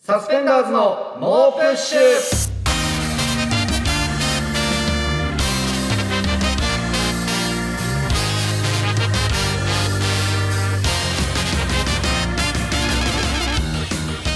サスペンダーズの猛プッシュ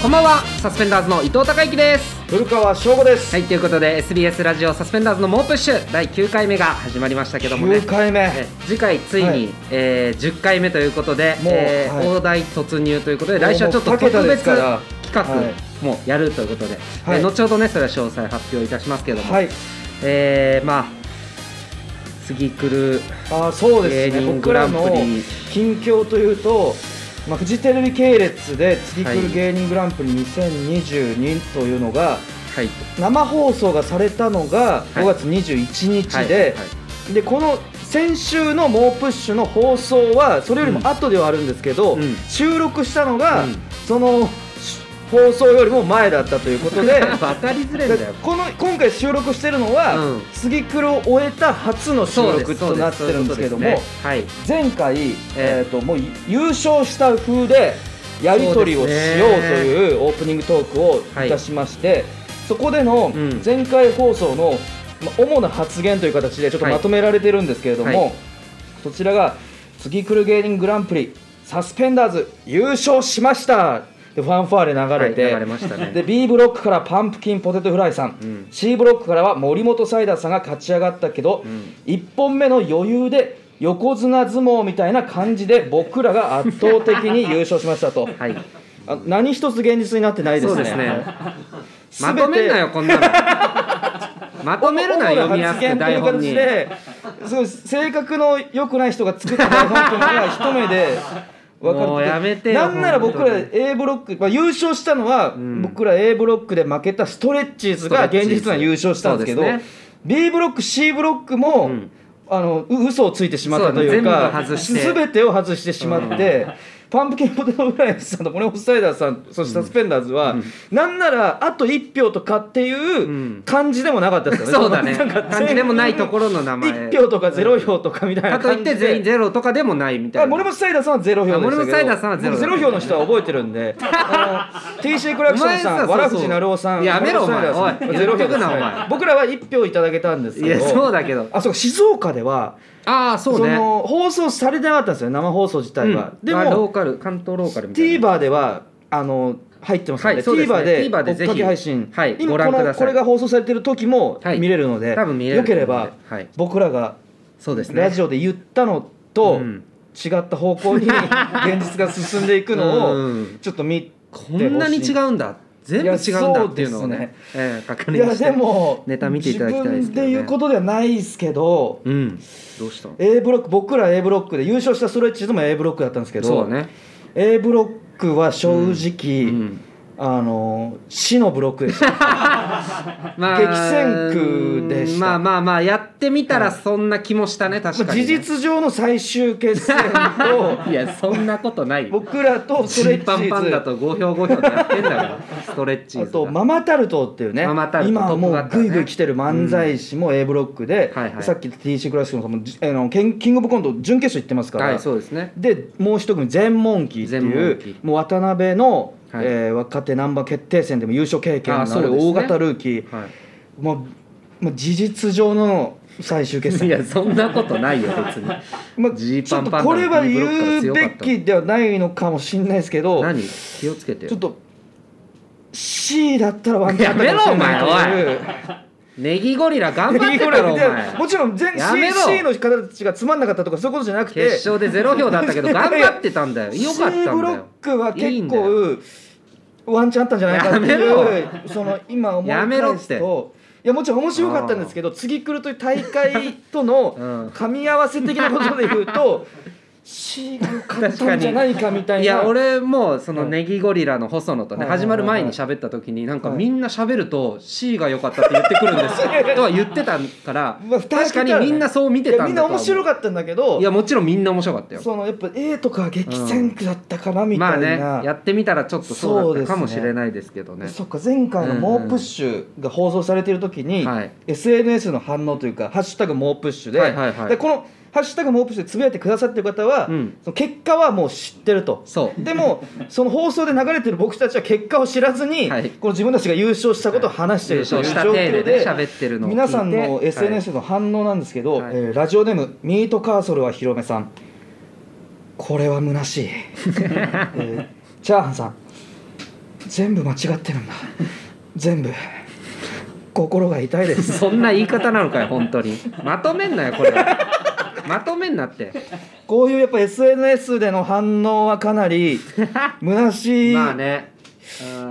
こんばんは、サスペンダーズの伊藤孝之です。古川翔吾です、はい、ということで SBS ラジオサスペンダーズの猛プッシュ第9回目が始まりましたけどもね9。回目え次回ついに、はいえー10回目ということで、もうえーはい大台突入ということでもう来週はちょっともう二特桁です別か企ら画はいもやるということで、はいえー後ほどねそれは詳細発表いたしますけども、はいえーまあ次来るあーそうですね芸人僕グらランプのリ近況というと、まあ、フジテレビ系列で次来はるい芸人グランプリ2022というのがはい生放送がされたのが5月21日で、はいでこの先週の「猛プッシュ」の放送はそれよりも後ではあるんですけど、うん収録したのが、うんそのし放送よりも前だったということ で分かりづれんだよこの今回収録してるのは、うん杉黒を終えた初の収録となってるんですけども、そうですそうです前回、ええー、ともう優勝した風でやり取りをしようというオープニングトークをいたしまして、そこでのうん前回放送のま主な発言という形でちょっとはいまとめられてるんですけれども、はいそちらが「次来る芸人グランプリサスペンダーズ優勝しました!」でファンファーレ流れて、はい流れましたねで B ブロックからパンプキンポテトフライさん、うん C ブロックからは森本サイダーさんが勝ち上がったけど、ん1本目の余裕で横綱相撲みたいな感じで僕らが圧倒的に優勝しました とはいはいあ何一つ現実になってないですねそうですね 全まてとめんなよこんなのまとめるな読みやすく台本に主な発言という形ですごい性格の良くない人が作った台本というのが一目で分かるもうやめてよなんなら僕ら本当 A ブロック、まあ、優勝したのは、ん僕ら A ブロックで負けたストレッチーズがストレ現ッチーズ実には優勝したんですけどそうですね B ブロック C ブロックも、んあのう嘘をついてしまったというそうかだね全部外して全てを外してしまって、パンプキンポテトフライさんとモネホスサイダーさんそしてサスペンダーズは、なんならあと1票とかっていう感じでもなかったですよね、そうだねなんか感じでもないところの名前1票とか0票とかみたいなかといっ感じでて全員ゼロとかでもないみたあいな森本サイダーさんは0票でしたけどあ森本サイダーさんはゼロ僕ゼロ票の人は覚えてるんであの TC コレクションお前ささんわらそうふそうじなるおさんやめろ森本サイダーさんお前おいゼロ票でやめす、とくなおね前、僕らは1票いただけたんですいけやどそうだけどあそうか静岡ではああそそうねの放送されてなかったんですよね生放送自体は、うんであロもーカル関東ローカルみたいな TVer ではあの入ってますので,、はいそうですね TVer で TVer で追ぜっひかけ配信、はい今ご覧このくださいこれが放送されてる時もはい見れるので、多分見れるよければ、はい僕らがそうですねラジオで言ったのとうん違った方向 に現実が進んでいくのうをんちょっと見てほしいこんなに違うんだ全部違うんだっていうのをねいやそうでえー確い認やしてでもネタ見ていただきたいです自け分ど、でね、言うことではないですけどうんどうしたの A ブロック僕ら A ブロックで優勝したストレッチーズも A ブロックだったんですけどそうだね A ブロックは正直、うんうんあの死のブロックでしたま激戦区でしたまあまあまあやってみたらそんな気もしたね、確かにね、事実上の最終決戦 といやそんなことないよ僕らとストレッチ審判パンダーズと5票5票でやってんだからストレッチあーズとがママタルトっていうねママタルト今はもトップバうッターぐねいぐい来てる漫才師も A ブロックで、はいはいさっき TC クラシックのさんもじあのキンキングオブコント準決勝行ってますから、はいそうですねでもう一組全モンキーって全モンいキうーもう渡辺の、はいえー若手ナンバー決定戦でも優勝経験あのあそうでるすね大型ルーキーはもうもう事実上の最終決い、い戦やそんなことないよ別にまあ、ジーちょっパンとパンダこれはの B ブロックから言う強かべったきではないのかもしれないですけど何気をつけてちょよっと C だったらワンチャンあったかもしれないとやめいろお前う。ネギゴリラ頑張ってたろお前もちろん全やめ C, ろ C の方たちがつまんなかったとかそういうことじゃなくて決勝でゼロ票だったけど頑張ってたんだよよかったん C だブロよックはい結いんだよ構ワンチャンあったんじゃないかってやいうその今思いやめろ返っすてといやもちろん面白かったんですけど次来るという大会との うん噛み合わせ的なことで言うと C が良かったんじゃないかみたいないや俺もうそのはいネギゴリラの細野とねはいはい始まる前に喋った時になんかはいみんな喋ると C が良かったって言ってくるんです よとは言ってたからまあ蓋開け確たからねにみんなそう見いてやたみんんだなとは面思白うかったんだけどいやもちろんみんな面白かったよそのやっぱ A とかは激戦区だったかなみまたあいねなやってみたらちょっとそうだったかそうもしですねれないですけどねそっか前回の「猛プッシュ」が放送されている時に、はい SNS の反応というか「ハッシュタグ猛プッシュで」はいはいはいでこのハッシュタグもオープンしてつぶやいてくださってる方は、うんその結果はもう知ってるとそうでもその放送で流れてる僕たちは結果を知らずに、はいこの自分たちが優勝したことを話して優るとい勝う状した体で況ねで喋ってるのを聞いて皆さんのはい SNS の反応なんですけど、はいえーラジオネームミートカーソルは広めさんこれは虚 しい、えーチャーハンさん全部間違ってるんだ全部心が痛いですそんな言い方なのかよ本当にまとめんなよこれはまとめんなってこういうやっぱ SNS での反応はかな り虚し い、まあね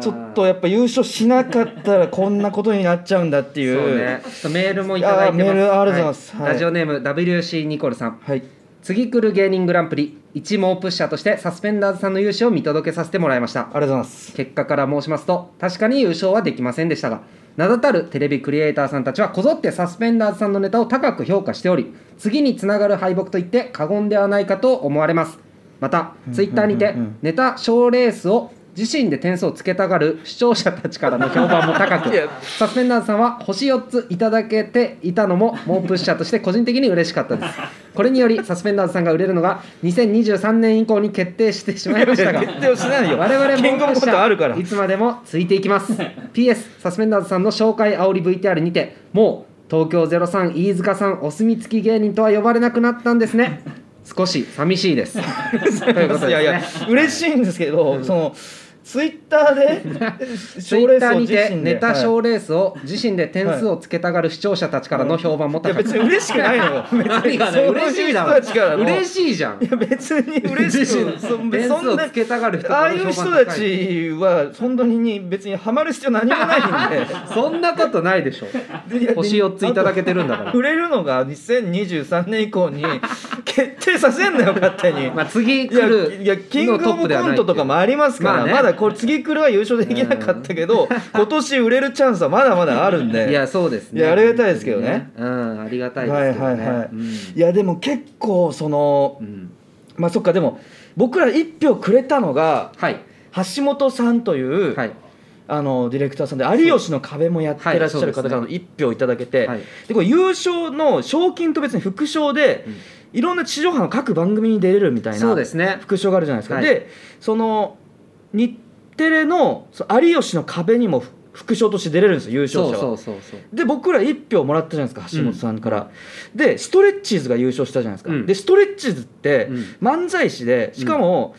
ちょっとやっぱ優勝しなかったらこんなことになっちゃうんだってそいううねちょっとメールもいただいてますあーメールありがとうございますははいラジオネーム WC ニコルさんはい次来る芸人グランプリ一網プッシャーとしてサスペンダーズさんの優勝を見届けさせてもらいましたありがとうございます結果から申しますと確かに優勝はできませんでしたが名だたるテレビクリエイターさんたちはこぞってサスペンダーズさんのネタを高く評価しており次につながる敗北といって過言ではないかと思われますまたうんツイッターにてうんうんネタ賞レースを自身で点数をつけたがる視聴者たちからの評判も高くいやサスペンダーズさんは星4ついただけていたのも猛プッシャーとして個人的に嬉しかったですこれによりサスペンダーズさんが売れるのが2023年以降に決定してしまいましたが決定をしないよ我々キングオブコントあるからいつまでもついていきます PS サスペンダーズさんの紹介煽り VTR にてもう東京03飯塚さんお墨付き芸人とは呼ばれなくなったんです ね少し寂しいですということですねいやいや嬉しいんですけどそのツイッター でツイッターにてネタ賞レースを自身で点数をつけたがる視聴者たちからの評判もいや高く、別に嬉しくないのよ別に 何がねそう嬉しいだ人たちからろの嬉しいじゃんいや別に嬉 しくそ点数をなつけたがる人あかあらいの評判高う人たちは本当に別にハマる必要何もないんでそんなことないでしょいや 星4ついただけてるんだからあと売れるのが2023年以降に決定させんなよ勝手に、まあ、い次や来るいやキングオブコントとかもありますから、ままあねだこれ次来るは優勝できなかったけど、今年売れるチャンスはまだまだあるんでいやそうですねいやありがたいですけどねうんありがたはいいではいすけどはねい、うんいやでも結構そのうんまあそっかでも僕ら一票くれたのがはい橋本さんという、はいあのディレクターさんで「有吉の壁」もやってらっしゃる方からはの1票いただけて、はいでこれ優勝の賞金と別に副賞で、うんいろんな地上波の各番組に出れるみたいそなうですね副賞があるじゃないですか。はいでその日テレのその有吉の壁にも副副賞として出れるんですよ優勝そう者は。そうそうそうで僕ら1票もらったじゃないですか橋本さんから、でストレッチーズが優勝したじゃないですか、うんでストレッチーズってうん漫才師でしかも、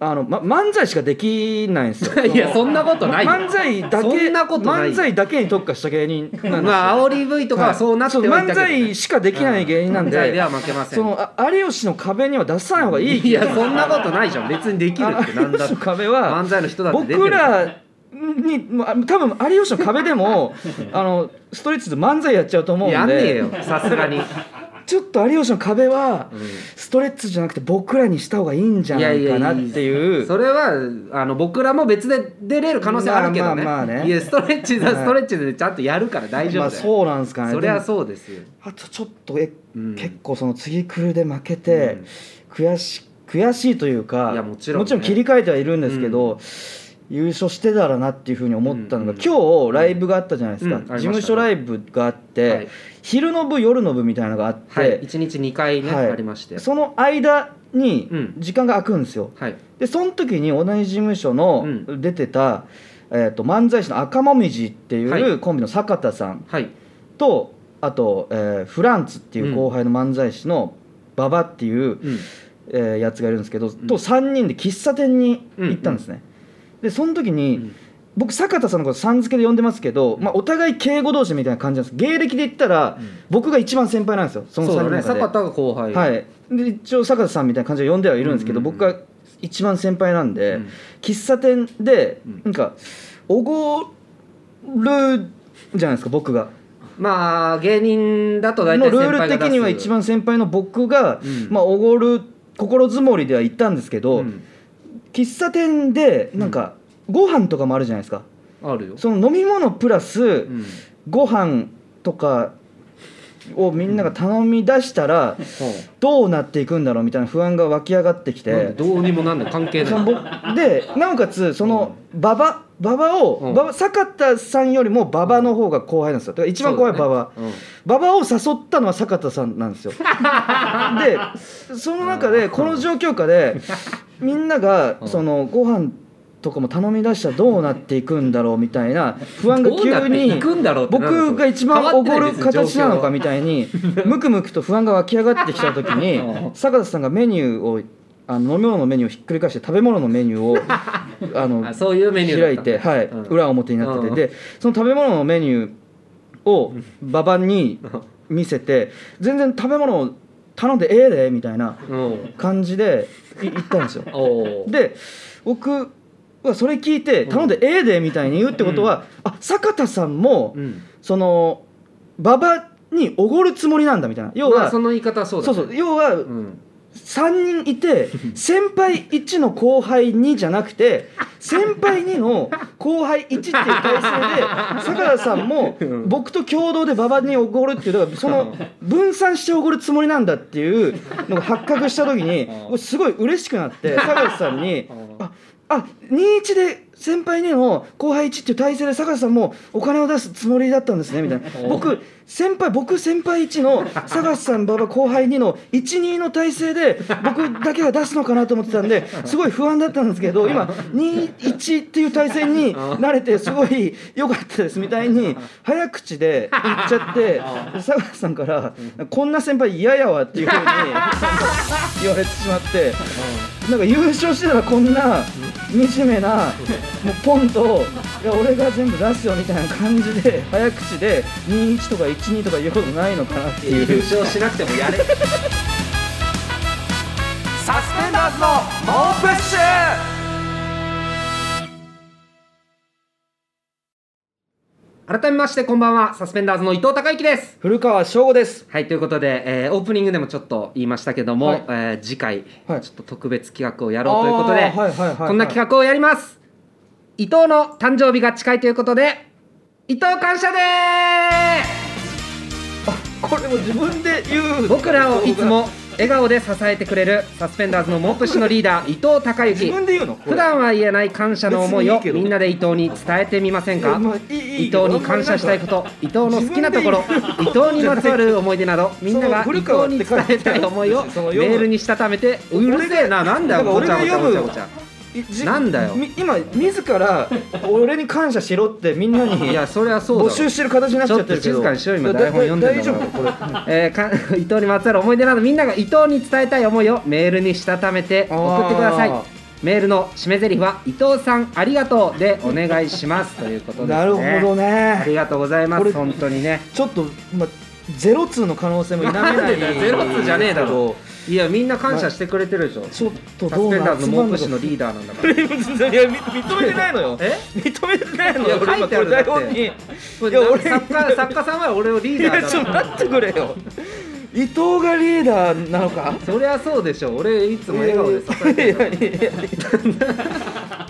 あのま、漫才しかできないんですよ いやそんなことないよま漫才だけそんなことないよ漫才だけに特化した芸人なんですよまあ煽り V とかはそうなってはいたけ漫どね才しかできない芸人なん漫才ででは負けませんそのあ有吉の壁には出さない方がいいいやそんなことないじゃん別にできるってなん有だ吉っ ての壁は漫才の人だって出てる僕らにまあ多分有吉の壁で もあのストレッチーズ漫才やっちゃうと思うんでやんねえよさすがに、ちょっと有吉の壁はストレッチーズじゃなくて僕らにした方がいいんじゃないかなっていうそれはあの僕らも別で出れる可能性はあるけどね,、まあまあまあねいやストレッチだ、はいストレッチでちゃんとやるから大丈夫だよ、まあそうなんですかねそりでゃもそうですよあとちょっとえ、うん結構その次来るで負けて、悔し悔しいというかいやもちろんね切り替えてはいるんですけど、優勝してたらなっていうふうに思ったのが、うんうん今日ライブがあったじゃないですか、うんうんありま事した務所ねライブがあって、はい昼の部夜の部みたいなのがあって、はい1日2回ね、はいありましてその間にうん時間が空くんですよ、はいでその時に同じ事務所のう出てた、えー、と漫才師の赤もみじってはいいうコンビの坂田さんはいとあと、えーフランツっていう後輩の漫才師の馬場っていう、うんえーやつがいるんですけど、んと3人で喫茶店に行ったんですね、でその時に、うん僕坂田さんのことさん付けで呼んでますけど、まあ、お互い敬語同士みたいな感じなんです芸歴で言ったら、うん僕が一番先輩なんですよその3そう人のだね中で坂田が後輩はい、で一応坂田さんみたいな感じで呼んではいるんですけど、うんうんうん僕が一番先輩なんで、うん喫茶店でうんなんかおごるじゃないですか僕が。まあ芸人だと大の体ル先ー輩がル出す的には一番先輩の僕が、うんまあ、おごる心づもりでは行ったんですけど、うん喫茶店でなんかご飯とかもあるじゃないですかあるよ、その飲み物プラス、うんご飯とかをみんなが頼み出したら、ほうどうなっていくんだろうみたいな不安が湧き上がってきなんでてどうにもなんない関係そなのい僕でなおかつその馬場馬場を、うん馬場坂田さんよりも馬場の方が後輩なんですよだから一番後輩は馬場、そうだね馬場を誘ったのは坂田さんなん ですよでその中でこの状況下でみんながうんそのご飯とかも頼み出したらどうなっていくんだろうみたいな不安がどうなっ急てにいくんだろうってなるんですよ僕が一番おごる変わってないで形すよなのかみたいにムクムクと不安が湧き上がってきた時 うにん坂田さんがメニューをあの飲み物のメニューをひっくり返して食べ物のメニューをあのあそういうメニューだ開いったて、はいうん裏表になってて、うんでその食べ物のメニューを馬場に見せて全然食べ物を頼んでええでみたいなうん感じでい行ったん ですよおおで僕はそれ聞いて頼んでええでみたいに言うってことは、あ坂田さんもうんその馬場におごるつもりなんだみたいな要まは、あその言い方はそうだそうそねう要はうん3人い て先輩1の後輩2じゃなくて先輩2の後輩1っていう体制で坂田さんもうん僕と共同で馬場におごるっていうだからその分散しておごるつもりなんだっていうのが発覚した時にうん僕すごい嬉しくなって坂田さんにう「んああ21で先輩2の後輩1っていう体制で坂田さんもお金を出すつもりだったんですね」みたいなうん僕先輩僕先輩1の佐スさん馬場後輩2の12の体制で僕だけが出すのかなと思ってたんですごい不安だったんですけど今21っていう体制に慣れてすごい良かったですみたいに早口で言っちゃって佐スさんから「こんな先輩嫌やわ」っていうふうに言われてしまって。なんか優勝してたらこんな惨めなもうポンといや俺が全部出すよみたいな感じで早口で21とか12とか言うことないのかなっていう優勝しなくてもやサれスペンダーズの猛プッシュ改めましてこんばんはサスペンダーズの伊藤孝之です古川翔吾ですはいということで、えーオープニングでもちょっと言いましたけども、はいえー次回、はいちょっと特別企画をやろうということで、あーはいはいはいはいこんな企画をやります伊藤の誕生日が近いということで伊藤感謝でーこれも自分で言う僕らをいつも笑顔で支えてくれるサスペンダーズのモップ氏のリーダー伊藤孝自之分で言うのこれ普段は言えない感謝の思い別にいをいけどみんなで伊藤に伝えてみませんかいやまあいいいい伊藤に感謝したいこと伊藤の好きなところ伊藤にまつわる思い出などみんながその伊古川藤っにて伝書いてあるえたい思いをメその読むールにしたためてうるせえななんだよご俺ちがゃごちゃ読むごちゃごちゃいじなんだよみ今自ら俺に感謝しろってみんなにいやそりゃ そ募うだろ集してる形になっちゃってるけどちょっと静かにしろ今台本読んでんだ大丈から夫これえーか 伊藤にまつわる思い出などみんなが伊藤に伝えたい思いをメールにしたためて送ってくださいあーメールの締め台詞は伊藤さんありがとうでお願い しますということですねなるほどありね。がとうございまこれす本当にねちょっと、ま、ゼロ通の可能性も否めないなんでだよゼロ通じゃねえだろいやみんな感謝してくれてるでしょちょっとサスどうペンなダーズのモープ集氏まのんリーダーなんだかこら れいやみ認めてないのよ。え認めてないのいやよ。俺書今いこてあるれだ台って本に。いやこれ俺作家作家さんは俺をリいーダやーちょだっとから待ってくれよ。伊藤がリーダーなのか。そりゃそうでしょ俺いつも笑顔で支えてるから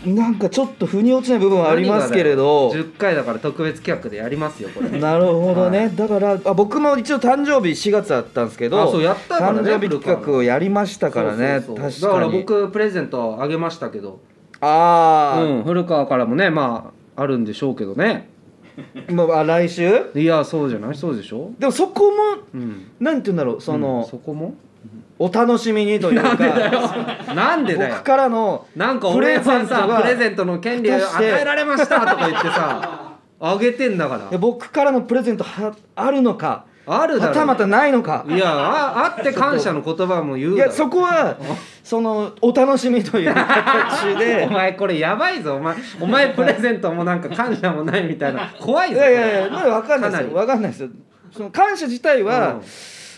なんかちょっと腑に落ちない部分はありますけれど。 10回だから特別企画でやりますよこれなるほどね、はだからあ僕も一応誕生日4月あったんですけどあそうやったからね誕生日企画をやりましたからねそうそう確そうだかからに僕プレゼントあげましたけど、ああ、うん、古川からもねまああるんでしょうけどねまあ、来週いやそうじゃないそうでしょでもそこもうんなんて言うんだろうその、そこもお楽しみにというかなんでだよ僕からのなんか俺はさプレゼトントの権利を与えられましたとか言っ てさあげてんだからが僕からのプレゼントはあるのかあるだろはたまたないのかいやああって感謝の言葉も言ういだろやそこはそのお楽しみという形で お前これやばいぞお前お前プレゼントもなんか感謝もないみたいな怖いいぞやいやいやこれまだ分かんないですかよ分かんないですよその感謝自体は、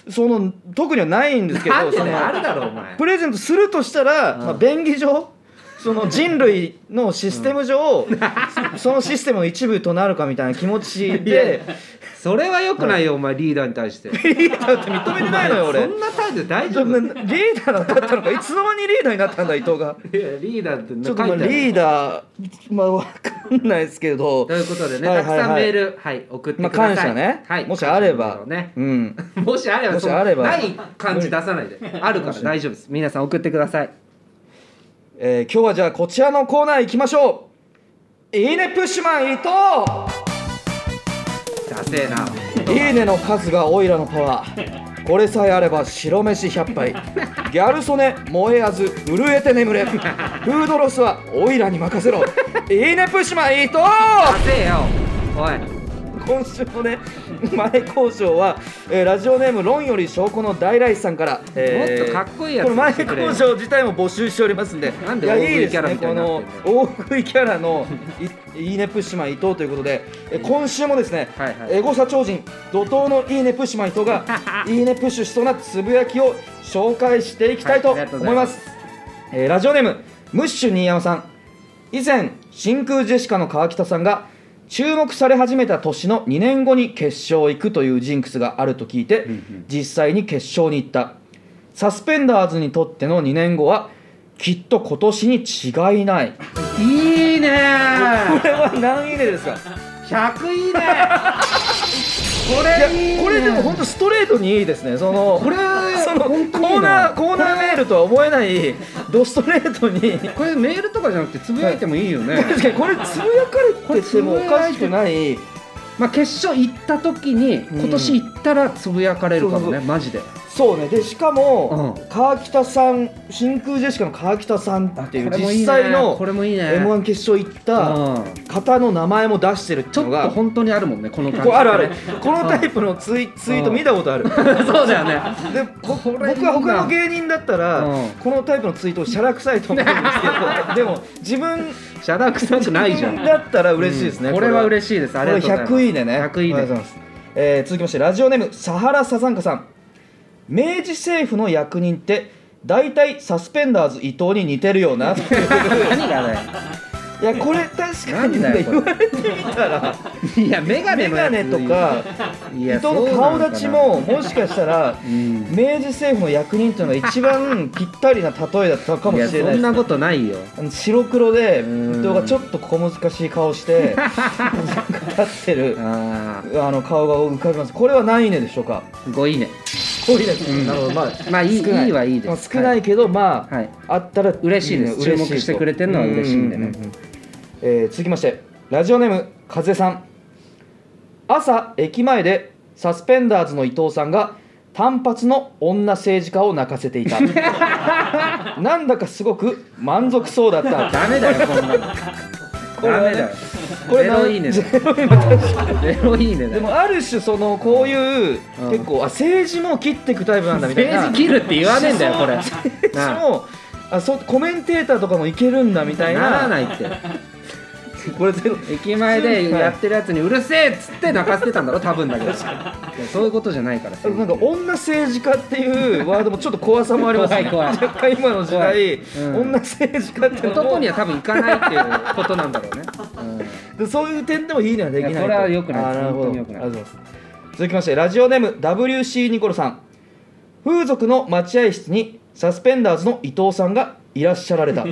その特にはないんですけなんどでそだよあるのだろお前プレゼントするとしたら、まあ、便宜上その人類のシステム上、そそのシステムの一部となるかみたいな気持ちでそれはよくないよお前リーダーに対してリーダーって認めてないのよそ俺んな態度大丈そん夫ないリーダーだったのかいつの間にリーダーになったんだ伊藤がやリーダーってちょ書っとまあいてあるリーダーまあ分かんないですけどということでねはいたはいはくいさんメールはい送ってまあください感謝ね、はいもしあれば、ねうん もしあればもしそのあればない感じ出さないであるから大丈夫です皆さん送ってくださいえー今日はじゃあこちらのコーナー行きましょういいねプッシュマン伊藤ダセえないいねの数がオイラのパワーこれさえあれば白飯100杯ギャル曽根燃えあず震えて眠れフードロスはオイラに任せろいいねプッシュマン伊藤ダセえよおい今週のね前交渉は、えーラジオネーム論より証拠の大来さんから、えーもっとかっこいいやつこの前にしてくれよ交渉自体も募集しておりますんでなんでいや大食いですキャラみたいになっこてんだよの大食いキャラのい いいねプッシュマン伊藤ということで、えー今週もですね、はいはいエゴサ超人怒涛のいいねプッシュマン伊藤 がいいねプッシュしそうなつぶやきを紹介していきたいとはいありがとうご思いざいまますす、えーラジオネームムッシュ新山さん以前真空ジェシカの川北さんが注目され始めた年の2年後に決勝行くというジンクスがあると聞いて、うんうん実際に決勝に行ったサスペンダーズにとっての2年後はきっと今年に違いないこいいねれは何位でですか100いいねこいやれいいねこれでも本当ストレートにいいですねそのこれそのコ本当にいいーナなーコーナーメールとは思えないドストレートにこれメールとかじゃなくてつぶやいてもいいよね、確かにこれつぶやかれててもおかしくないまあ決勝行った時にん今年行ったらつぶやかれるかもそうね、そマジでそうねでしかも、うん川北さん真空ジェシカの川北さんっていうこれもいいね実際のこれもいいね m 1決勝行ったうん方の名前も出してるってちいょうのっがと本当にあるもんねこの感じこうあるあるこのタイプのツイツイート見たことある そうだよねでこ僕れいいなは他の芸人だったらうんこのタイプのツイートをしゃらくさいと思うんですけどでも自分 シャダくさくないじゃんだったら嬉しいですね、うんこれは 嬉しいしいですあこれりがとうございます100位でね100いいありがとうございねます、えー続きましてラジオネームサハラサザンカさん明治政府の役人って大体サスペンダーズ伊藤に似てるよ ない何がねやこれ確かに何だねよこれ言われてみたらいや メガネ眼鏡のやつとかい伊や藤の顔立ちももしかしたらん明治政府の役人というのが一番ぴったりな例えだったかもしれないいやですそんねなことないよあの白黒で伊ん藤がちょっと小難しい顔して なんか立ってるああの顔が浮かびます。これは何位ねでしょうか。あ5いいね多いです。なるほど。まあまあいいい少ないいはいいまであす少ないけど、まあ、はいあったら嬉しいですね嬉と注目してくれてるのは嬉しいんでねううううんえー続きましてラジオネーム風さん。朝駅前でサスペンダーズの伊藤さんが単発の女政治家を泣かせてい た。なんだかすごく満足そうだった。ダメ だよこんなのこれはダねメだよこれゼロいいねだよゼロいいね確かにゼロいいねだ でよもある種そのこういううん結構あ政治も切っていくタイプなんだみたいな政治切るって言わねえんだよ これなあもあそうコメンテーターとかもいけるんだみたいなならないってこれゼロ駅前でやってるやつにうるせえっつって泣かせてたんだろ多分だけどいやそういうことじゃないからさなんか女政治家っていうワードもちょっと怖さもありますね怖い怖い若干今の時怖い代、うん女政治家っていうのも男には多分行かないっていうことなんだろうね、うんでそういう点でもいいねはできないいとやそれは良くないあーなるほど本当に良くないありがとうございます続きましてラジオネーム WC ニコルさん風俗の待合室にサスペンダーズの伊藤さんがいらっしゃられた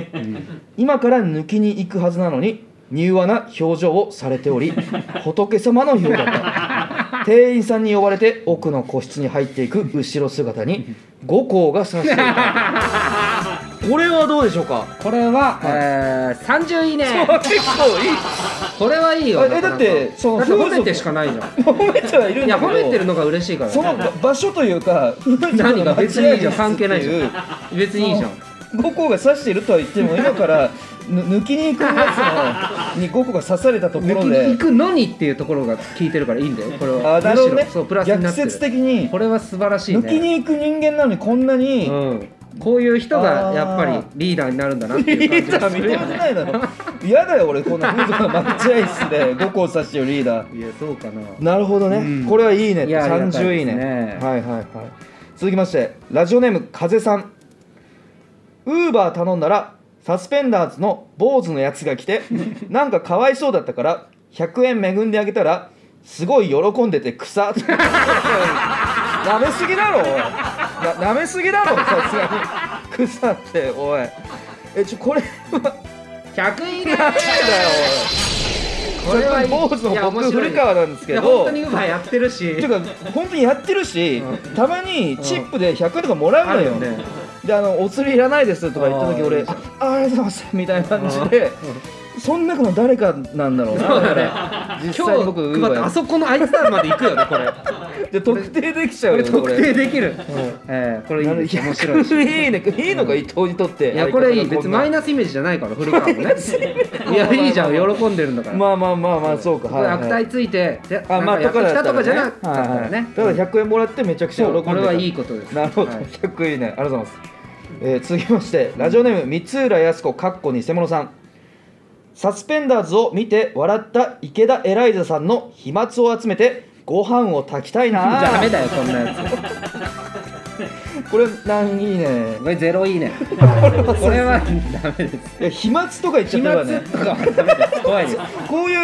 今から抜きに行くはずなのに柔和な表情をされてお り仏様のようだった店員さんに呼ばれて奥の個室に入っていく後ろ姿に五行が差していた これはどうでしょうかこれは、えー、30いいね 結構いいこれはいいよえなかなかだってそのだって褒めてしかないじゃん褒めてはいるんいやだけど褒めてるのが嬉しいから、その場所というか何が別にいいじゃん関係ないじってゃうん別にいいじゃん五個が刺しているとは言っても今からぬ抜きに行くやつのに五個が刺されたとこ抜ろきに 行でくのにっていうところが効いてるからいいんだよこれはあなるほどむねしろそうプラスに逆なってる説的にこれは素晴らしいね抜きに行く人間なのにこんな にうん、こういう人がやっぱありーリーダーになるんだなっていリうー感じがダーす認るめよてねないだろ嫌だよ俺こんな風俗のマッチアイスで五個を刺してるリーダー いやそうかななるほどね、うんこれはいいねいやありがたい30ですいいねねはいはいはい続きましてラジオネーム風さんウーバー頼んだらサスペンダーズの坊主のやつが 来てなんかかわいそうだったから100円恵んであげたらすごい喜んでて 草なめすぎだろおいななめすぎだろさすがに草っておいえちょこれは100いいねなんだよおい これはいいちょっと坊主いやの面僕白い古川なんですいけやど本当にウーバーやってるしていうか本当にやってるし、たまにチップで100円とかもらうのよ、あるよねであのお釣りいらないですとか言った時あーい俺いじゃあありがとうございますみたいな感じでそん中の誰かなん だろうなだから実今際日僕僕配ったあそこのアイスターまで行くよねこ れこで特定できちゃうれよ特定できうる、んえーこれいいなるですいや面白いし いいねいいのか伊藤にとっていやこれいい相別方がにマこイんなナスイメージじゃないから古 川もねいやまあまあまあいいじゃん喜んでるんだから、まあまあまあまあそうかこれ悪態ついてであまあやってきたとかじゃなかったはいらはいねただ100円もらってめちゃくちゃ喜んでたこれはいいことですなるほど、はい100円いいねありがとうございます、えー続きましてラジオネーム三浦靖子かっこ偽物さんサスペンダーズを見て笑った池田エライザさんの飛沫を集めてご飯を炊きたいなダメだよこんなや つこれなんいいねこれゼロいいね ここれはれはダメですいや飛沫とか言っちゃ飛った沫らねとかはダメです怖いですこういは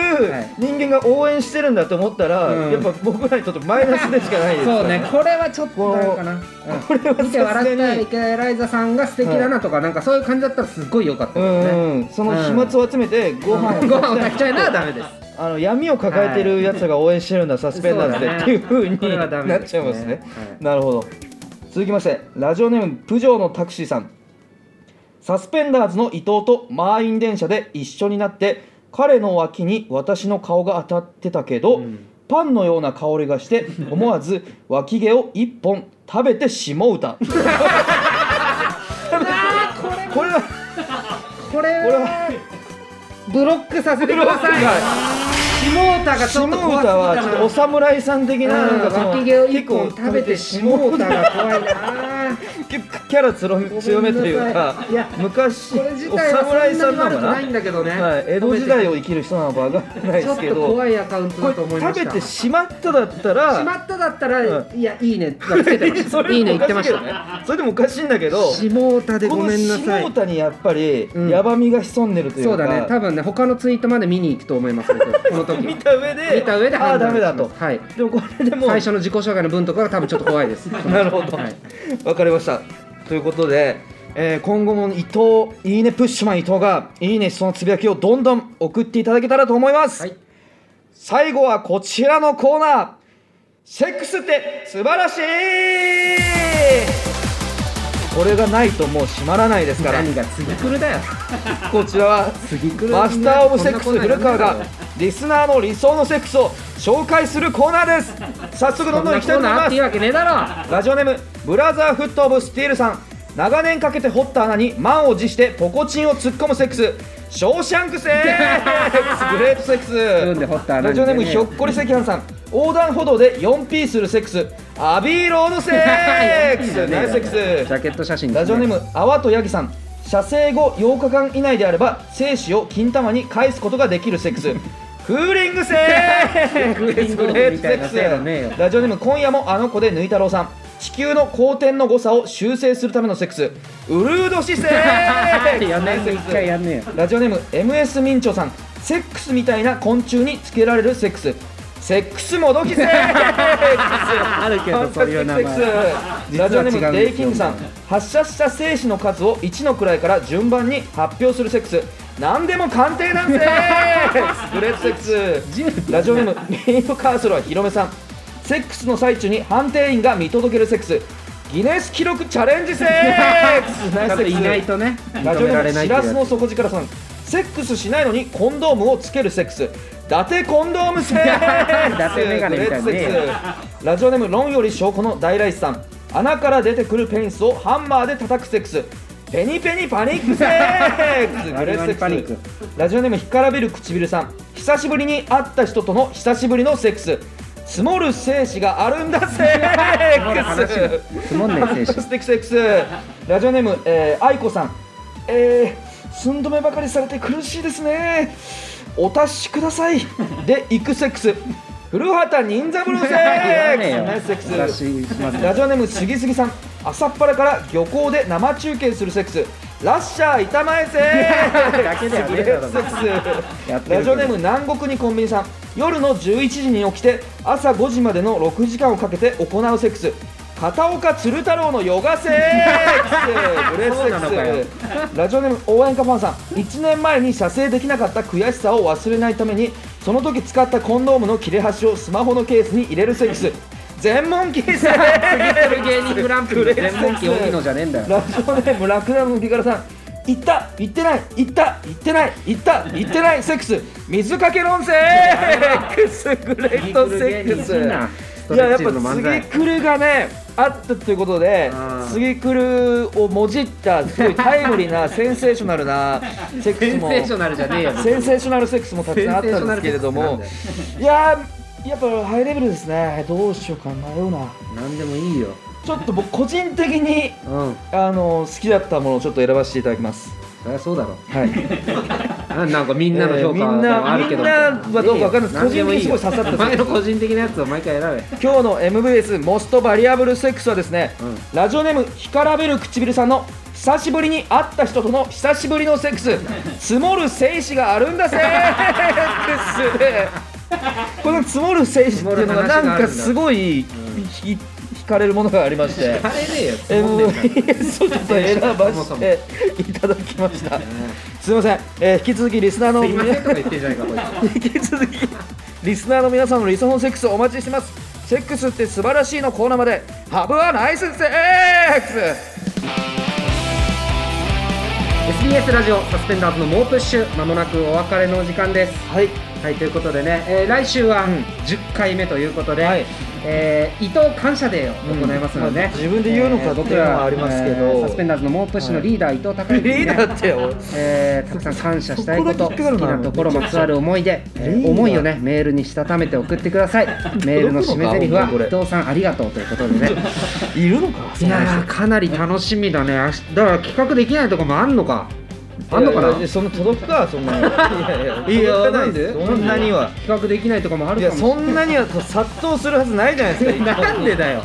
うい人間が応援してるんだと思ったら、うんやっぱ僕らにとってマイナスでしかないですからそうねこれはちょっとこうダメかなこれはうん見てさす笑ったがに池田エライザさんが素敵だなとかなんかそういう感じだったらすっごい良かったうですねんうん、その飛沫を集めてご飯をご飯を炊きたいなはダメですあの闇を抱えてるやつらが応援してるんだ、サスペンダーズで、そうだねっていう風にこれはダメなっですちゃねいますね、はいなるほど続きましてラジオネームプジョーのタクシーさんサスペンダーズの伊藤と満員電車で一緒になって彼の脇に私の顔が当たってたけど、うんパンのような香りがして思わ ず脇毛を一本食べてしもうたこれはこれこれははブロックさせてください下歌がち下ょっと怖すぎ歌はたちょっなとお侍さん的ななんかその脇毛を一本食べてしもうたら怖いな結構キャラつろ強めというかいや昔これ自お体は侍そさんんななにのか悪くなないんだけどね、はい、江戸時代を生きる人なのかわからないちでょっすけとど怖いアカウントだとこ思いれま食べしたてしまっただったしまらっただったら、ういやいいねがつけてましたいいね言ってましたねそれでもおかしいんだけど下歌でこごのめんなさい下田にやっぱりうんヤバみが潜んでるといそううだね多か分ね他のツイートまで見に行くと思います 僕この時見た上で見た上でああ判ダ断メだしとますはいでもこれでもう最初の自己紹介の文とかが多分ちょっと怖いで すなるほど、はいわかりましたということで、えー今後も伊藤いいねプッシュマン伊藤がいいねそのつぶやきをどんどん送っていただけたらと思います、はい最後はこちらのコーナーセックスって素晴らしいこれがないともう閉まらないですから何が次来るだよこちらは次来るマスター・オブ・セックス古川がリスナーの理想のセックスを紹介するコーナーです早速どどんんどんどいんき来たいたと思いまっすていうわけねえだろラジオネームブラザーフット・オブ・スティールさん長年かけて掘った穴に満を持してポコチンを突っ込むセックスショーシャンクセック スグレートセック自分で掘っスた穴ラにジねオネームひょっこり赤飯さん横断歩道で 4P するセックスアビーロードセッ クスナイスセッジクャケット写真スでラすねジオネーム泡とヤギさん射精後8日間以内であれば精子を金玉に返すことができるセッ クスクーリングセックスクーリンググロレートードみセたッいクなスせいはねえよラジオネーム今夜もあの子でぬいたろうさん地球の公転の誤差を修正するためのセックスウルードシセ ックスやんねえ一回やんねえよラジオネーム MS 明朝さんセックスみたいな昆虫につけられるセックスセックスもどきセッ クスあるけどそういう名前セックスラジオネーム実は違うんですよデイキングさん発射した精子の数を1の位から順番に発表するセックス何でも鑑定 なんセックスグレートセックスラジオネームメイドカーソルはヒロメさんセックスの最中に判定員が見届けるセックスギネス記録チャレンジセ ックスナイスセックスいないとねラ認ジオめネらーれなムいしっらていすうの底力さんセックスしないのにコンドームをつけるセックス伊達コンドームセックス 伊達メガネみたいなねグレートセックスラジオネーム論より証拠の大来さん穴から出てくるペニスをハンマーで叩くセックスペニペニパニックセ ックスグレートセックスパニックラジオネーム干からびる唇さん久しぶりに会った人との久しぶりのセックス積もる精子があるんだ セックスつもんねえ精セックステクセックスラジオネーム、えー、愛子さんえー、寸止めばかりされて苦しいですねお達しくださいで行くセックス古畑任三郎セックスナイスセックスおしますラジオネームすぎすぎさん朝っぱらから漁港で生中継するセックスラッシャー板前セックスだけではねえグレだーろトセックスやってるけどラジオネーム南国にコンビニさん夜の11時に起きて朝5時までの6時間をかけて行うセックス片岡鶴太郎のヨガセックスグレートセそうなのかよックスラジオネーム応援歌ファンさん1年前に射精できなかった悔しさを忘れないためにその時使ったコンドームの切れ端をスマホのケースに入れるセックス全問禁止セックス芸人グランプリの全問記多いのじゃねえんだよラジオネームラクダの木からさん行った行ってない行った行ってない行った行ってないセックス水かけ論セックスグレートセックスいややっぱ次くるがねあったということでうん次くるをもじったすごいタイムリーなセンセーショナルなセックセスンもセーショナルじゃねえよセンセーショナルセックスもたくさんあったんですけれどもいやーやっぱハイレベルですねどうしようか迷うな何でもいいよちょっと僕個人的にうんあの好きだったものをちょっと選ばせていただきますそりゃそうだろ はいあなんかみんなの評価えーみんなはあるけど、みんなはどうかわかんないです何でも個人的よにすごい刺さったお前の個人的なやつを毎回選今日の MVS モストバリアブルセックスはですね、うんラジオネーム干からべる唇さんの久しぶりに会った人との久しぶりのセックス 積もる精子があるんだセック スこの積もる精子っていうのがなんかすごいひ惹かれるものがありましてべあれねえよつもんでんから MVS をちょっと選ばせていただきましたすいません、えー引き続きリスナーのすいませんとか言ってんじゃないかこいつ引き続き リスナーの皆さんの理想のセックスをお待ちしてますセックスって素晴らしいのコーナーまでハブはナイスセックス SBS ラジオサスペンダーズの猛プッシュまもなくお別れのお時間ですはいはいということでね、えー来週はうん10回目ということで、はいえー伊藤感謝デーを行いますので、ねうんまあ自分で言うのかえーっていうのはありますけど僕らサスペンダーズの猛プッシュのリーダー、伊藤孝之にねリーダーって俺えーたくさん感謝したいことそ好こきだけ引っかかるななところまつわる思い出、えーリーダー思いをねメールにしたためて送ってく ださいメールの締め台詞はどういうこと伊藤さんありがとうということでね いるのかいやー かなり楽しみだね明日だから企画できないとこもあんのかあんのかなやいやそんな届くかそんないやいやいや届かなんいでですそんなには企画できないとかもあいるやかもそんなには殺到するはずないじゃないですか なんでだよ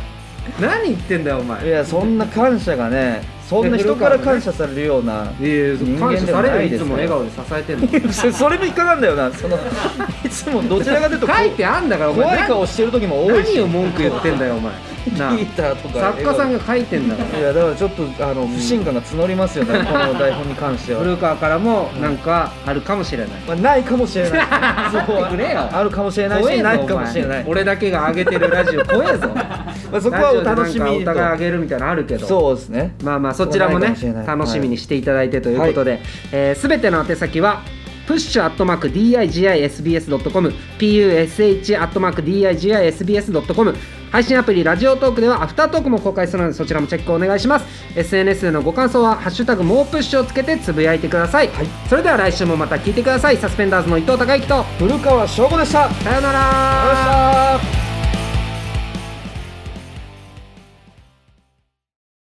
何言ってんだよお前いやそんな感謝がねそんな人から感謝されるよう な人間感謝でさはれなるいよいでつすもか笑ら顔で支えてん のそそれもいかなんだよなそのいつもどちらかというと書いてあんだからお前怖い顔してる時も多いし何を文句言ってんだよお前 なあギターとか作家さんが書いてんだからいやだからちょっとあの不信感が募りますよ ね、この台本に関しては、古川からもなんかあるかもしれないまあ、ないかもしれ ないそうあってくれよあるかもしれない怖えしぞないかもしれなおい前、俺だけが上げてるラジオ怖えぞ まあ、そこはお楽しラジみオでなんかお互い上とげるみたいなのあるけどそうですねまあまあそちらもないかねもしれない楽しみにしていただいてということで、えー、全ての宛先は「プッシュアットマーク DIGISBS.com」「PUSH アットマーク DIGISBS.com」配信アプリラジオトークではアフタートークも公開するのでそちらもチェックお願いします SNS でのご感想は「ハッシュタグもうプッシュ」をつけてつぶやいてください、それでは来週もまた聞いてくださいサスペンダーズの伊藤孝之と古川翔吾でしたありがとうさようならございました